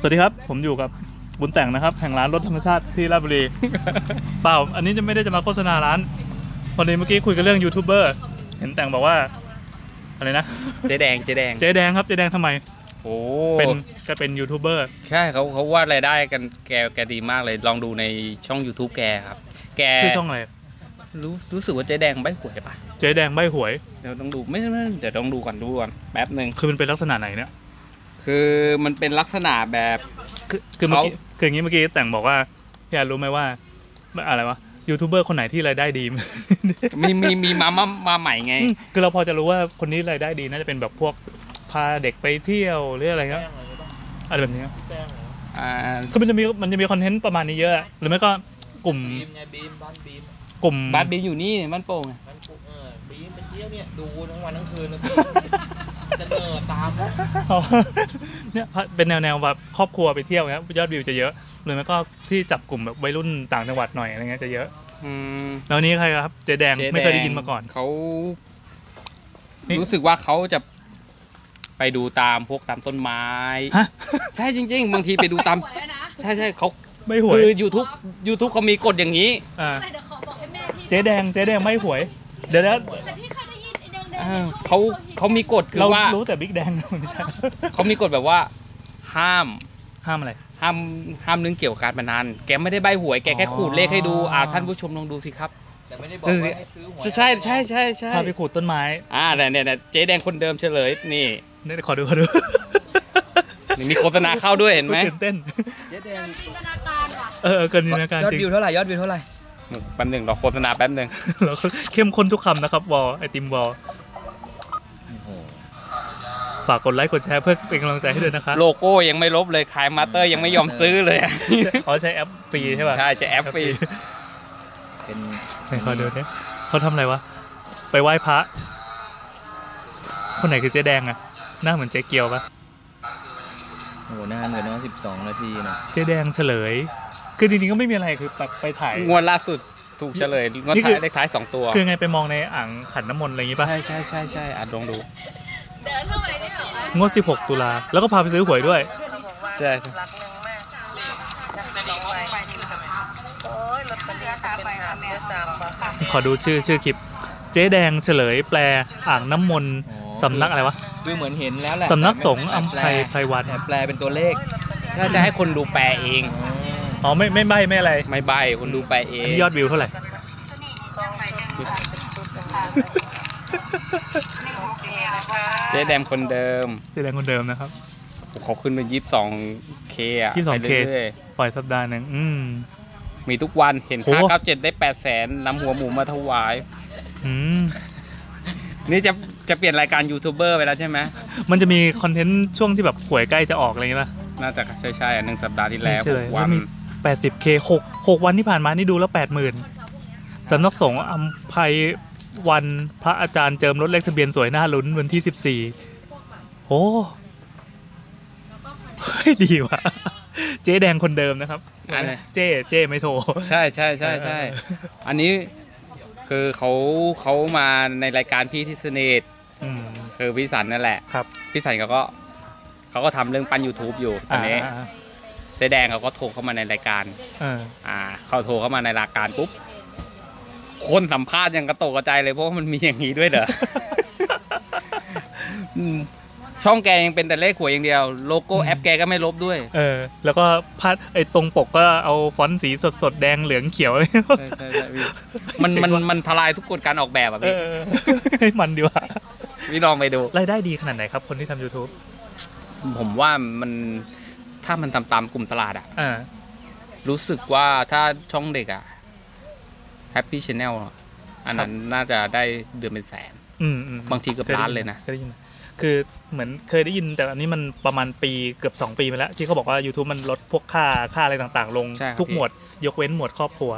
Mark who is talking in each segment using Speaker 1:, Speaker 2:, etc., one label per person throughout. Speaker 1: สวัสดีครับ ผมอยู่กับบุญแต่งนะครับ แห่งร้านรถธรรมชาติที่ราชบุรี เปล่า อันนี้จะไม่ได้จะมาโฆษณาร้านพอดีเมื่อกี้คุยกันเรื่องยูทูบเบอร์เห็นแต่งบอกว่าอะไรนะ
Speaker 2: เจ๊แดงเจ๊แดง
Speaker 1: เจ๊แดงครับ เจ๊แดงทำไม
Speaker 2: โอ้
Speaker 1: เป็นจะเป็นยูทูบเบอร์
Speaker 2: ใช่เขาเขาว่ารายได้กันแกแกดีมากเลยลองดูในช่อง YouTube แกครับ แก
Speaker 1: ชื่อช่องอะไร
Speaker 2: รู้รู้สึกว่าเจ๊แดงใบหวยปะ
Speaker 1: เจ๊แดงใบหวย
Speaker 2: เดี๋ยวต้องดูไม่ไม่เดี๋ยวต้องดูก่อนดูก่อนแป๊บหนึ่ง
Speaker 1: คือมันเป็นลักษณะไหนเนี่ย
Speaker 2: คือมันเป็นลักษณะแบบ
Speaker 1: คือคือเมื่อกี้
Speaker 2: เขา
Speaker 1: คืออย่างนี้เมื่อกี้แต่งบอกว่าพี่อาร์รู้ไหมว่าอะไรวะยูทูบเบอร์คนไหนที่รายได้ ดี
Speaker 2: มีมีมีมามามาใหม่ไง
Speaker 1: คือเราพอจะรู้ว่าคนนี้รายได้ดีน่าจะเป็นแบบพวกพาเด็กไปเที่ยวหรืออะไรเงี้ยอะไรแบบเนี้ย
Speaker 2: อ่า
Speaker 1: คือมันจะมีมันจะมีคอนเทนต์ประมาณนี้เยอะ หรือไม่ก็กลุ่ม
Speaker 3: บีมไงบีมบ้านบีม
Speaker 1: กลุ่ม
Speaker 2: บ้านบีมอยู่นี่บ้านโป่งไง
Speaker 3: มันกูเออบีมไปเที่ยวเนี่ยดูทั้งวันทั้งคืนนะ พี่จะเหนื่อยตามนะ
Speaker 1: อ๋ อเนี่ยเป็นแนวแนวแบบครอบครัวไปเที่ยวเงี้ยยอดวิวจะเยอะหรือไม่ก็ที่จับกลุ่มแบบวัยรุ่นต่างจังหวัดหน่อยอะไรเงี้ยจะเยอะ
Speaker 2: อืม
Speaker 1: แล้วนี้ใครครับเจแดง
Speaker 2: จ๊แดง
Speaker 1: ไม่เคยได้ยินมาก่อน
Speaker 2: เขา
Speaker 1: นี่
Speaker 2: รู้สึกว่าเขาจะไปดูตามพวกตามต้นไม้
Speaker 1: ฮะ
Speaker 2: ใช่จริง ๆ บางทีไปดูตาม
Speaker 4: หวยอะนะ
Speaker 2: ใช่ใช่เขา
Speaker 1: ไม่หวย
Speaker 2: คือ YouTube YouTube เขามีกฎอย่างนี้
Speaker 1: อ่า
Speaker 4: อะไรเดี๋ยวขอบอกให้แม่พี่
Speaker 1: เจ๊แดงเจ๊แดงไม่หวย เดี๋ยวนะ
Speaker 4: แต่พี่เคยได้ยินไอ้แดงๆ
Speaker 2: อ่า
Speaker 4: เนี่ยช่วงที่
Speaker 2: เขาเขามีกฎคือ
Speaker 1: เรา
Speaker 2: ว่า
Speaker 1: รู้แต่บิ๊กแดง ไม่ใช่
Speaker 2: เขามีกฎแบบว่า ห้าม
Speaker 1: ห้ามอะไร
Speaker 2: ห้ามห้ามเรื่องเกี่ยวกับการพนันแกไม่ได้ใบหวยแกแค่
Speaker 1: อ๋อ
Speaker 2: ขูดเลขให้ดูอ่าท่านผู้ชมลองดูสิครับ
Speaker 3: แต่ไม่ได้บอกว่าให้ซื้อหวย
Speaker 2: ใช่ใช่ใช่ใช่
Speaker 1: พาไปขูดต้นไม้
Speaker 2: อ่าเนี่ยเนี่ยเนี่ยเจ๊แดงคนเดิมเฉลยนี่
Speaker 1: เนี่ยขอดูขอดู
Speaker 2: นี่มีโฆษณาเข้าด้วยเห็นไหม
Speaker 1: ตื่นเต้น
Speaker 3: เจ๊แด
Speaker 4: เกิน
Speaker 3: ง
Speaker 4: จินตนาการว่ะ
Speaker 1: เออเออเกินจินตนาการ
Speaker 3: ยอด
Speaker 1: จริง
Speaker 3: วิวเท่าไหร่ยอดวิวเท่าไหร่
Speaker 2: แป๊บหนึ่งรอโฆษณาแป๊บหนึ่ง
Speaker 1: เราก็เข้มข้นทุกคำนะครับ วอลไอติมวอลฝากกดไลค์กดแชร์เพื่อเป็นกำลังใจให้ด้วยนะคะ
Speaker 2: โลโก้ยังไม่ลบเลยขายมาเตอร์ยังไม่ยอมซื้อ เลยอ่ะ
Speaker 1: อ๋อใช้แอปฟรีใช่ป่ะ
Speaker 2: ใช่จะแอปฟรี
Speaker 3: เป็น
Speaker 1: ไหนขอดูเนี่ยเขาทำอะไรวะ ไปไหว้พระ คนไหนคือเจ๊แดงอะหน้าเหมือนเจ๊เกียวปะ
Speaker 3: โอ้โหนานเหมือนนะสิบสองนาทีนะ
Speaker 1: เจ๊แดงเฉลย คือจริงๆก็ไม่มีอะไรคือแบบไปถ่าย
Speaker 2: งวดล่าสุดถูกเฉลยงวด
Speaker 1: นี่คือ
Speaker 2: ท้ายเลขท้ายสองตัว
Speaker 1: คือไงไปมองในอ่างขันน้ำมนต์อะไรอย่างงี้ปะ
Speaker 2: ใช่ใช่ใช่ใช่อ่ะลองดู
Speaker 4: เดินเข้าไปได้เหรอง
Speaker 1: วด 16 ตุลา แล้วก็พาไปซื้อหวยด้วย
Speaker 2: ใช่
Speaker 5: รักหนึ่งมากรักหนึ่งไปโอ้ยลอตเตอรี่จะเป็นหาเมื่อสามบาท
Speaker 1: ขอดูชื่อชื่อคลิป เจ๊แดงเฉลยแปลอ่างน้ำมนต์สำนักอะไรวะ
Speaker 3: คือเหมือนเห็นแล้วแหละ
Speaker 1: สำนักสงฆ์อัมภัยไพรวัน
Speaker 3: แต่แปลเป็นตัวเลข
Speaker 2: ถ้าจะให้คนดูแปลเอง
Speaker 1: อ๋อไม่ไม่ใบไม่อะไร
Speaker 2: ไม่ใบคนดูแปลเอ
Speaker 1: อั
Speaker 2: ง
Speaker 1: นนี้ยอดวิวเท่าไหร่
Speaker 2: เจ๊แดมคนเดิม
Speaker 1: เจ๊แดงคนเดิมนะครับ
Speaker 2: เขาขึ้นไปยี่สิบสองเคอะ
Speaker 1: 22K
Speaker 2: ไปเรื่อย
Speaker 1: ปล่อยสัปดาห์หนึ่งอืม
Speaker 2: ๆมีทุกวันเห็น
Speaker 1: โห
Speaker 2: ค่าเก้าเจ็ดได้แปดแสนนำหัวหมูมาถวาย
Speaker 1: อืม
Speaker 2: นี่จะจะเปลี่ยนรายการยูทูบเบอร์ไปแล้วใช่ไหม
Speaker 1: มันจะมีคอนเทนต์ช่วงที่แบบหวยใกล้จะออกอะไรอย่างงี้ป่ะ
Speaker 2: น่าจะใช่ใช่ๆอ่ะหนึ่งสัปดาห์ที่แล้ว
Speaker 1: เฉลย
Speaker 2: หก
Speaker 1: แล้ว
Speaker 2: วั
Speaker 1: น มี 80k หกหกวันที่ผ่านมานี่ดูแล้ว 80,000สำนักสงฆ์อัมภัยวันพระอาจารย์เจิมรถเลขทะเบียนสวยน่าลุ้นวันที่ 14โอ้เฮ้ยดีว่ะ เจ๊แดงคนเดิมนะครับ
Speaker 2: อันนี้
Speaker 1: เจ๊เจ๊ไม่โทร
Speaker 2: ใช่ใช่ใช่ใช่
Speaker 1: เออ
Speaker 2: อันนี้คือเขาเขามาในรายการพี่ที่สนิท
Speaker 1: อืม
Speaker 2: คือพี่สันนั่นแหละ
Speaker 1: ครับ
Speaker 2: พี่สันเขาก็เขาก็ทำเรื่องปั้น YouTube อยู่ตอนนี้
Speaker 1: อ่า
Speaker 2: เจ๊แดงเขาก็โทรเข้ามาในรายการ
Speaker 1: เออ
Speaker 2: อ่า เขาโทรเข้ามาในรายการปุ๊บ คนสัมภาษณ์ยังกระโตกกระใจเลยเพราะว่ามันมีอย่างนี้ด้วย เหรอ อืมช่องแกยังเป็นแต่เลขหวยอย่างเดียว โลโก้แอปแกก็ไม่ลบด้วย
Speaker 1: เออ แล้วก็พาดไอ้ตรงปกก็เอาฟอนต์สีสดสดๆแดงเหลืองเขียว เลย
Speaker 2: ใช่ใช่ใช่ พี่มันมันมันทลายทุกกฎการออกแบบอ่ะ
Speaker 1: เอ
Speaker 2: พี่
Speaker 1: อให้มันดีว่ะ
Speaker 2: พี่ลองไปดู
Speaker 1: รายได้ดีขนาดไหนครับ คนที่ทำ YouTube
Speaker 2: ผมว่ามันถ้ามันตามตามกลุ่มตลาดอ่ะ
Speaker 1: อ่า
Speaker 2: รู้สึกว่าถ้าช่องเด็กอ่ะ Happy Channel อะอันนั้นน่าจะได้เดือนเป็นแสน
Speaker 1: อืมอืม
Speaker 2: บางทีเกือบล้านเลยนะ
Speaker 1: เคยได้ยินคือเหมือนเคยได้ยินแต่อันนี้มันประมาณปีเกือบ 2 ปีมาแล้ว ที่เขาบอกว่า YouTube มันลดพวกค่าค่าอะไรต่างๆ ลง
Speaker 2: ใช่ครับ
Speaker 1: ทุก
Speaker 2: พี่
Speaker 1: หมวด ยกเว้นหมวดครอบครัว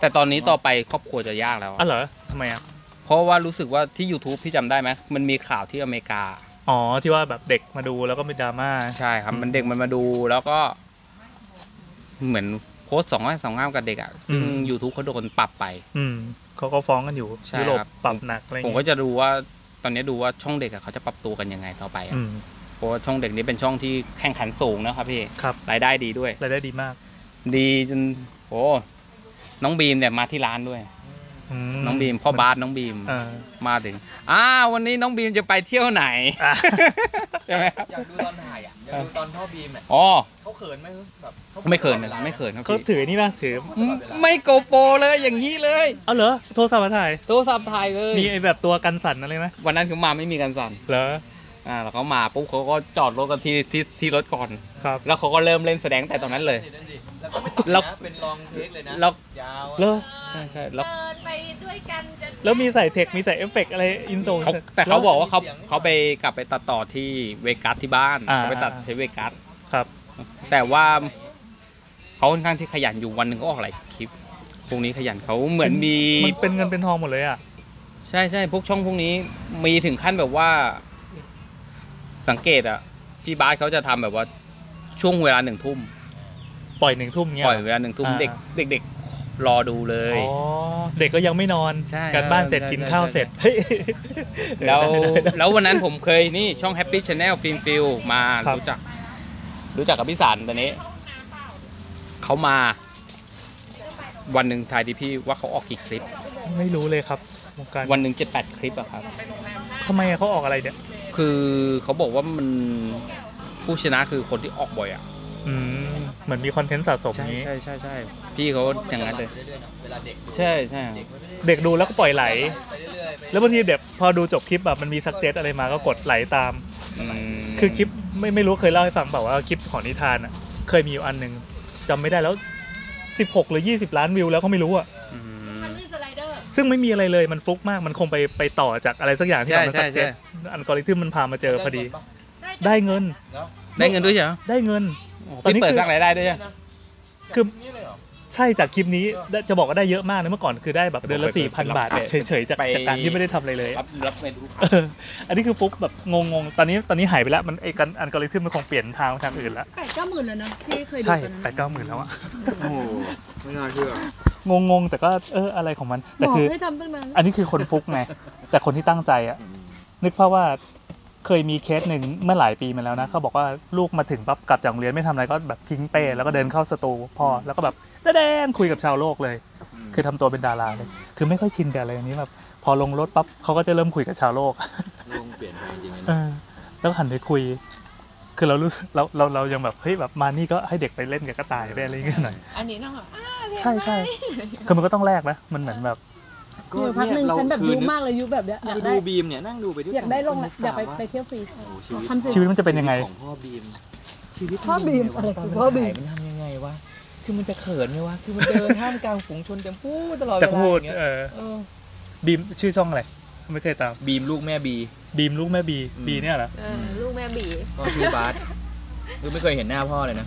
Speaker 2: แต่ตอนนี้ต่อไปครอบครัวจะยากแล้วอะ
Speaker 1: อ๋อเหรอทำไมอ่ะ
Speaker 2: เพราะว่ารู้สึกว่าที่ YouTube พี่จำได้ไหมมันมีข่าวที่อเมริกา
Speaker 1: อ๋อ ที่ว่าแบบเด็กมาดูแล้วก็มีดราม่า
Speaker 2: ใช่ครับ
Speaker 1: อืม
Speaker 2: มันเด็กมันมาดูแล้วก็ เหมือนโพสต์สองร้อยสองห้ามกับเด็กอ่ะ ซึ่ง
Speaker 1: อืม
Speaker 2: YouTube เขาโดนปรับไป
Speaker 1: อืมเขาก็ฟ้องกันอยู่
Speaker 2: ใช่
Speaker 1: ยุโรป
Speaker 2: ครับ
Speaker 1: ปรับหนักอะไรอย่า
Speaker 2: ผม
Speaker 1: ง
Speaker 2: ก็
Speaker 1: งี้
Speaker 2: จะดูว่าตอนนี้ดูว่าช่องเด็กอะเขาจะปรับตัวกันยังไงต่อไปอะ
Speaker 1: อืม
Speaker 2: เพราะว่าช่องเด็กนี้เป็นช่องที่แข่งขันสูงนะครับพี่
Speaker 1: ครับ
Speaker 2: รายได้ดีด้วย
Speaker 1: รายได้ดีมาก
Speaker 2: ดีจนโอ้น้องบีมเนี่ยมาที่ร้านด้วย
Speaker 1: ม
Speaker 2: น้องบีมพ่อบาสน้องบีม
Speaker 1: เออ
Speaker 2: มาถึงอ้าววันนี้น้องบีมจะไปเที่ยวไหน
Speaker 1: อ่ะ
Speaker 2: ใช่ไหมครับ
Speaker 3: อยากดูตอนถ่ายอ่ะอยากดูตอนพ่อบีมอ่ะ
Speaker 2: อ๋อ
Speaker 3: เขาเขินไหมแบบขา
Speaker 2: ไม่เขิน
Speaker 3: ตลอดวลา
Speaker 2: ไม่เขินครับ
Speaker 1: เขา
Speaker 2: พี่
Speaker 1: ถือนี่ป่ะถือ
Speaker 3: ตลอดเวลา
Speaker 2: ไม่โกโปรเลยอย่างนี้เลย
Speaker 1: เอาเหรอโทรศัพท์มาถ่าย
Speaker 2: โทรศัพท์ถ่ายเลย
Speaker 1: มีไอแบบตัวกันสั่นอะไรไหม
Speaker 2: วันนั้นคือมาไม่มีกันสั่น
Speaker 1: เหรอ
Speaker 2: อ่าแล้วเขามาปุ๊บเขาก็จอดรถกันที่ที่ที่รถก่อน
Speaker 1: ครับ
Speaker 2: แล้วเขาก็เริ่มเล่นแสดงแต่ตอนนั้นเลย
Speaker 3: นั่นดิแล้วก็ไม่ตัด
Speaker 2: แล้ว
Speaker 3: นะเป็นลองเทคเลยนะ
Speaker 2: แล้ว
Speaker 3: ยาวอะ
Speaker 1: เหรอ
Speaker 2: ใช่ใช่แล้ว
Speaker 4: เดินไปด้วยกันจะ
Speaker 1: แล้วมีใส่เทค มีใส่เอฟเฟกต์อะไร อินโซ
Speaker 2: เขาแต่เขาบอกว่าเขาเขาไปกลับไปตัดต่อที่เวกัสที่บ้าน
Speaker 1: อ่า
Speaker 2: เขาไปตัดที่เวกัส
Speaker 1: ครับ
Speaker 2: แต่ว่าเขาค่อนข้างที่ขยันอยู่วันหนึ่งก็ออกหลายคลิป พวกนี้ขยันเขาเหมือนมี
Speaker 1: มันเป็นเงินเป็นทองหมดเลยอ่ะ
Speaker 2: ใช่ใช่พวกช่องพวกนี้มีถึงขั้นแบบว่า สังเกตอะพี่บาสเขาจะทำแบบว่าช่วงเวลาหนึ่งทุ่ม
Speaker 1: ปล่อยหนึ่งทุ่มเงี้ย
Speaker 2: ปล่อย
Speaker 1: เหรอ
Speaker 2: เวลาหนึ่งทุ่ม
Speaker 1: อ่า
Speaker 2: เด็กเด็กเด็กรอดูเลย
Speaker 1: อ๋อ เด็กก็ยังไม่นอน
Speaker 2: ใช่
Speaker 1: การบ้านเสร็จ
Speaker 2: ใช่
Speaker 1: กิน
Speaker 2: ใช่
Speaker 1: ข้าว
Speaker 2: ใช่
Speaker 1: เสร็จเฮ้ย
Speaker 2: แล้ว
Speaker 1: ได้ได้ได้
Speaker 2: แล้ววันนั้นผมเคยนี่ช่อง Happy Channel ฟิล์มฟิลมา
Speaker 1: ครับ
Speaker 2: รู้จัก รู้จักกับพี่สารตอนนี้ เขามา วันหนึ่งทายดิพี่ว่าเขาออกกี่คลิป
Speaker 1: ไม่รู้เลยครับวงการ
Speaker 2: วันหนึ่งเจ็ดแปดคลิปอะครับ
Speaker 1: ทำไมอะเขาออกอะไรเนี่ย
Speaker 2: คือเขาบอกว่ามันผู้ชนะคือคนที่ออกบ่อยอะ
Speaker 1: อืมเหมือนมีคอนเทนต์สะสม
Speaker 2: ใช่
Speaker 1: นี้
Speaker 2: ใช่ใช่ใช่พี่เขาอย่างนั้นเลย
Speaker 3: มัจะไหไปรื่อๆนะเวลาเด็กดู
Speaker 2: ใช่ใช่
Speaker 3: เด็กมันไม่ได้
Speaker 1: เด็กดูแล้วก็ปล่อยไหล
Speaker 3: ไปเรื่อยๆไป
Speaker 1: แล้วบางทีเด็กพอดูจบคลิปแบบมันมีสักเจ็ตอะไรมาก็กดไหลตาม
Speaker 2: อืม
Speaker 1: คือคลิปไม่ไม่รู้เคยเล่าให้ฟังเปล่าว่าคลิปของนิทานอ่ะ เคยมีอยู่อันหนึ่งจำไม่ได้แล้ว 16 หรือ 20 ล้านวิวแล้วก็ไม่รู้อ่ะ
Speaker 2: อืม
Speaker 4: มันลื่นสไลเดอร์
Speaker 1: ซึ่งไม่มีอะไรเลยมันฟลุกมากมันคงไปไปต่อจากอะไรสักอย่างที่
Speaker 2: ใช่
Speaker 1: มันสักเจ็ต
Speaker 2: ใช่
Speaker 1: อันกอริทึมมันพามาเจอพอดี
Speaker 3: ได้หมปะ
Speaker 1: ได้เงิน
Speaker 3: เนาะ
Speaker 2: ได้เงินด้วยเหรอ
Speaker 1: ได้เงิน
Speaker 2: โอ้
Speaker 1: ตอนนี้
Speaker 2: พี่เปิด
Speaker 1: คือ
Speaker 2: สร้างรายได้ด้วยเหรอ
Speaker 1: คือ
Speaker 3: นี่เลยเหรอ
Speaker 1: ใช่จากคลิปนี้ได้จะบอกว่าได้เยอะมากนะเมื่อก่อนคือได้แบบเดือนละ 4,000 บาทแบบเฉยๆจาก
Speaker 2: ไป
Speaker 1: จากการที่ไม่ได้ทำอะไรเลย
Speaker 2: รับรับเงินลูกค้า
Speaker 1: เอออันนี้คือฟลุกแบบงงๆตอนนี้ตอนนี้หายไปแล้วมันไอ้กันอันกอริทึมมันคงเปลี่ยนทางไปทางอื่นแล้ว
Speaker 6: แปดเก้าหมื่นแล้วนะที่เคยดู
Speaker 1: ใช่
Speaker 6: ตอนนั้น
Speaker 1: แปดเก้าหมื่นแล้วอะ
Speaker 2: โอ้โห
Speaker 3: ไม่น่าเชื่อ
Speaker 1: งงๆแต่ก็เอออะไรของมัน
Speaker 6: บ
Speaker 1: แต่
Speaker 6: อก
Speaker 1: คือ
Speaker 6: ให้ทำตั้งนาน
Speaker 1: อันนี้คือคนฟุกไง แต่คนที่ตั้งใจอะนึกภาพว่าเคยมีเคสหนึ่งเมื่อหลายปีมาแล้วนะเขาบอกว่าลูกมาถึงปั๊บกลับจากโรงเรียนไม่ทำอะไรก็แบบทิ้งเป้แล้วก็เดินเข้าสตูพ่อแล้วก็แบบตะแดงคุยกับชาวโลกเลย
Speaker 2: อืม
Speaker 1: คือทำตัวเป็นดาราเลย คือไม่ค่อยชินกับอะไรอย่างนี้แบบพอลงรถปั๊บเขาก็จะเริ่มคุยกับชาวโลก
Speaker 3: ลงเปลี่ยนไปจริงๆนะ
Speaker 1: เออแล้วหันไปคุย คือเรารู้สึกเราเราเรายังแบบเฮ้ยแบบมานี่ก็ให้เด็กไปเล่นกับกระต่ายไปอะไรอย่างเงี้ยหน่อย
Speaker 6: อันนี้น้องแบบอ่ะ
Speaker 1: ใช่ใช่คือมันก็ต้องแลกนะมันเหมือนแบบ
Speaker 6: มีอยู่พักหนึ่งฉันแบบยุมากเลยยุแบบเนี้ยอยากได้
Speaker 3: ดูบีมเนี่ยนั่งดูไปด้วย
Speaker 6: อยากได้ลงแหละ
Speaker 3: นึ
Speaker 6: อยากไป
Speaker 3: ตมว่
Speaker 6: ไปเที่ยวฟรี
Speaker 3: โอ้โห
Speaker 6: ทำสิ
Speaker 1: ชีวิตมันจะเป็นยังไง
Speaker 3: ของพ่อบีม ชีวิต
Speaker 6: พ่อบีมอะไร
Speaker 3: ตน
Speaker 6: คือน พ่อบีม
Speaker 3: ถ่ายมันทำยังไงวะ คือมันจะเขินไงวะ คือมันเดินท่ามกลางฝูงชนเต็มพูดตลอดเว
Speaker 1: แต่
Speaker 3: ลา
Speaker 1: พูด
Speaker 3: อย่างเงี้ย
Speaker 1: เออ
Speaker 3: เออ
Speaker 1: บีมชื่อช่องอะไรไม่เคยตาม
Speaker 3: บีมลูกแม่บี
Speaker 1: บีมลูกแม่บี
Speaker 3: อืม
Speaker 1: บีเนี่ยเหรอ
Speaker 4: ลูกแม่บี
Speaker 3: ก็ชื่อบาส คือไม่เคยเห็นหน้าพ่อเลยนะ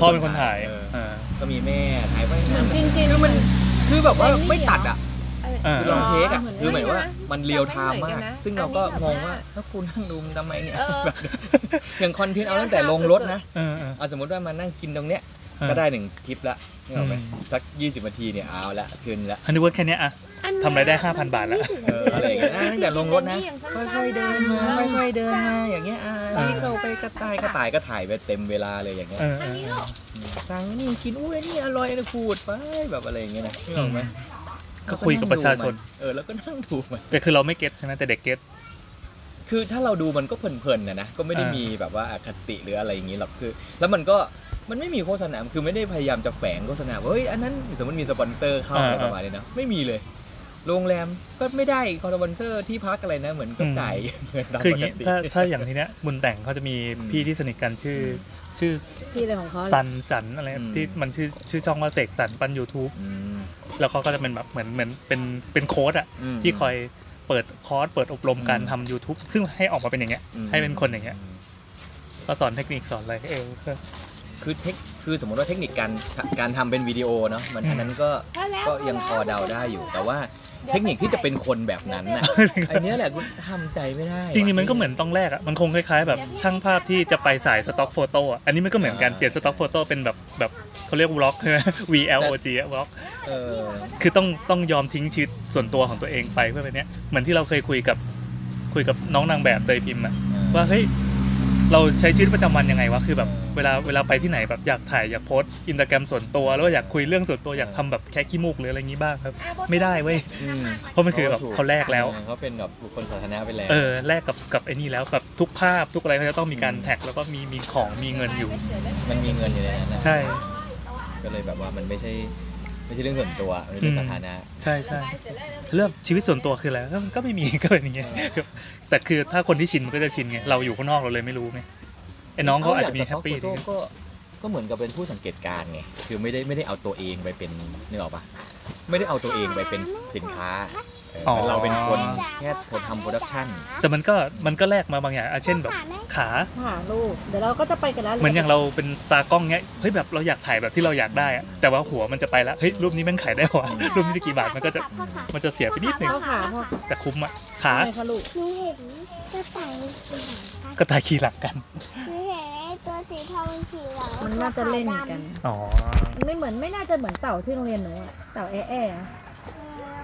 Speaker 1: พ่อเป็นคนถ่าย
Speaker 3: เออ
Speaker 1: เออ
Speaker 3: ก็มีแม่ถ่ายไป
Speaker 6: เหมือนจริงๆ
Speaker 3: คือมันคือแบบว่า
Speaker 4: ไอ้นี่
Speaker 3: ไม่ตัดอ่ะ
Speaker 1: เออ
Speaker 3: คือลองเทคอ่ะ
Speaker 4: เหมือน
Speaker 3: คือเหมือนว่ามันเรียวไทม์
Speaker 4: เราไม่
Speaker 3: มา
Speaker 4: เหมือนกัน
Speaker 3: ก
Speaker 4: นะ
Speaker 3: ซึ่งเราก็
Speaker 4: อัน
Speaker 3: ง
Speaker 4: นี้
Speaker 3: ง
Speaker 4: แบบ
Speaker 3: ว่า
Speaker 4: ว่า
Speaker 3: ถ้าคุณนั่งดูมันทำไมเนี่ย
Speaker 4: เออ
Speaker 3: แบบ อย่างคอนเทนต์เอาตั้งแต่ลงรถนะ
Speaker 1: เออเออ
Speaker 3: เอาสมมติว่ามานั่งกินตรงเนี้ย
Speaker 1: เออ
Speaker 3: ก็ได้หนึ่งคลิปละนึกออกไหม
Speaker 1: อืม
Speaker 3: สัก 20 นาทีเนี่ยเอาละคืนละ
Speaker 1: อันนี้ว่าแค่เนี้ยอะทำรายได้ 5,000 บาทแล้ว
Speaker 3: เอออะไรอย่างเงี้ยนะตั้งแต่ลงรถนะ
Speaker 4: เดี๋ยวสั้นๆ
Speaker 3: ค่อยๆเดินมาค่อยๆเดินมาอย่างเงี้ยอ่า
Speaker 1: เออ
Speaker 3: ที่เข้าไปกระต่ายกระต่ายก็ถ่ายไปเต็มเวลาเลยอย่างเงี้ย
Speaker 1: เออเออเออ
Speaker 3: สั่งนี่กินอุ้ยนี่อร่อยนะพูดไปแบบอะไรอย่างเงี้ยนะนึกออกไหม
Speaker 1: ก็คุยกับประชาชน
Speaker 3: เออแล้วก็นั่งดูมัน
Speaker 1: แต่คือเราไม่เก็ตใช่ไหมแต่เด็กเก็ต
Speaker 3: คือถ้าเราดูมันก็เพลินๆนะนะก็ไม่ได้
Speaker 1: อ่ามี
Speaker 3: มีแบบว่าอคติหรืออะไรอย่างนี้หรอกคือ แล้วมันก็มันไม่มีโฆษณาคือไม่ได้พยายามจะแฝงโฆษณาว่าเฮ้ยอันนั้นสมมติมีสปอนเซอร์เข้าอะไร
Speaker 1: อ่า
Speaker 3: ประมาณนี้นะไม่มีเลย โรงแรมก็ไม่ได้คอนสปอนเซอร์ที่พักอะไรนะ เหมือนก็
Speaker 1: อืม
Speaker 3: จ่ายเงินตาม
Speaker 1: คืออ
Speaker 3: ป
Speaker 1: ย่าง
Speaker 3: ก
Speaker 1: งี้
Speaker 3: ติ
Speaker 1: ถ้าถ้าอย่างทีเนี้ยบุญแต่งเขาจะมี
Speaker 3: อืม
Speaker 1: พี่ที่สนิทกันชื่อ ชื่อ
Speaker 6: พี่อะไรของเขา
Speaker 1: สันสันอะไร
Speaker 3: อืม
Speaker 1: ที่มันชื่อชื่อช่องว่าเสกสันปัน YouTube
Speaker 3: อืม
Speaker 1: แล้วเขาก็จะเป็นแบบเหมือนเหมือนเป็นเป็นโค้ดอะ
Speaker 3: ม
Speaker 1: ที่คอยเปิดคอร์สเปิดอบรมการ
Speaker 3: อืม
Speaker 1: ทำ YouTube ซึ่งให้ออกมาเป็นอย่างเงี้ย
Speaker 3: อืม
Speaker 1: ให้เป็นคนอย่างเงี้ยก็สอนเทคนิคสอนอะไรเออก็
Speaker 3: คือเทคคือสมมติว่าเทคนิคการการทำเป็นวิดีโอเนาะมัน
Speaker 1: อืม
Speaker 3: อันนั้นก็
Speaker 4: พอแล้ว
Speaker 3: ก็ยังพอเดาได้อยู่ แต่ว่าเทคนิคที่จะเป็นคนแบบนั้นน่ะไอันนี้ยแหละคุณทำใจไม่ได้
Speaker 1: จริงๆมันก็
Speaker 3: ว่ะ
Speaker 1: เหมือนต้องแรกอะมันคงคล้ายๆ แบบช่างภาพที่จะไปสายสต็อกโฟโต้อะอันนี้มันก็เหมือนกัน เปลี่ยนสต็อกโฟโต้เป็นแบบแบบเขาเรียกวล็อกใช่ไหม VLOG อะวล็อก
Speaker 3: เออ
Speaker 1: คือต้องต้องยอมทิ้งชีวิตส่วนตัวของตัวเองไปเพื่อไปเนี้ยเหมือนที่เราเคยคุยกับคุยกับน้องนางแบบเตยพิมพ์อะว่าเฮ้ย เราใช้ชีวิตประจำวันยังไงวะคือแบบเวลาเวลาไปที่ไหนแบบอยากถ่ายอยากโพสอินสตาแกรมส่วนตัวแล้วก็อยากคุยเรื่องส่วนตัวอยากทำแบบแค่ขี้มูกหรืออะไรงี้บ้างครับ
Speaker 4: อ่ะโบ
Speaker 1: ไม่ได้เว้ย
Speaker 4: น้ำมันมา
Speaker 1: เพราะมันคือแบบเขาแลกแล้ว
Speaker 3: เขาเป็นแบบบุคคลสาธารณะไปแล้ว
Speaker 1: เออแลกกับกับไอ้นี่แล้วแบบทุกภาพทุกอะไรเขาจะต้องมีการแท็กแล้วก็มีมีของมีเงินอยู่
Speaker 3: มันมีเงินอยู่ในนั้นนะ
Speaker 1: ใช่
Speaker 3: ก็เลยแบบว่ามันไม่ใช่ไม่ใช่เรื่องส่วนตัวมันเป็นเรื่องสาธารณะ
Speaker 1: ใช่ใช่เรื่องชีวิตส่วนตัวคืออะไรก็ก็ไม่มี ก็เป็นอย่างเงี้ยแต่คือถ้าคนที่ชินมันก็จะชินไงเราอยู่ข้างนอกเราเลยไม่รู้ไงไอ้น้องเขาอาจจะมีแฮปปี้
Speaker 3: ก็
Speaker 1: ดี
Speaker 3: ก็ก็เหมือนกับเป็นผู้สังเกตการณ์ไง คือไม่ได้ไม่ได้เอาตัวเองไปเป็นนึกออกปะไม่ได้เอาตัวเองไปเป็นสินค้าเออ
Speaker 1: อ๋อ
Speaker 3: เราเป็นคนแค่คนทำโปรดักชั่น
Speaker 1: แต่มันก็มันก็แลกมาบางอย่างอ่ะเช่นแบบขา
Speaker 6: หาลูก เดี๋ยวเราก็จะไปกันแล้ว
Speaker 1: เหมือนอย่างเราเป็นตากล้องเงี้ย เฮ้ยแบบเราอยากถ่ายแบบที่เราอยากได้อะแต่ว่าหัวมันจะไปละเฮ้ยรูปนี้แม่งขายได้หวะรูปนี้จะกี่บาทมันก็จะมันจะเสียไปนิดนึง
Speaker 6: เข้าขาพ่อ
Speaker 1: แต่คุ้มอะขา
Speaker 6: ทำไมคะลูก
Speaker 7: หนูเห็นกระต่ายสีหลัง
Speaker 1: ก็ตายขี่หลังกัน
Speaker 7: หนูเห็นไอ้ตัวสีทองสีเหลือง
Speaker 6: มันน่าจะเล่นกัน
Speaker 1: อ๋อ
Speaker 6: ไม่เหมือนไม่น่าจะเหมือนเต่าที่โรงเรียนหนูอะเต่าแอะแอะ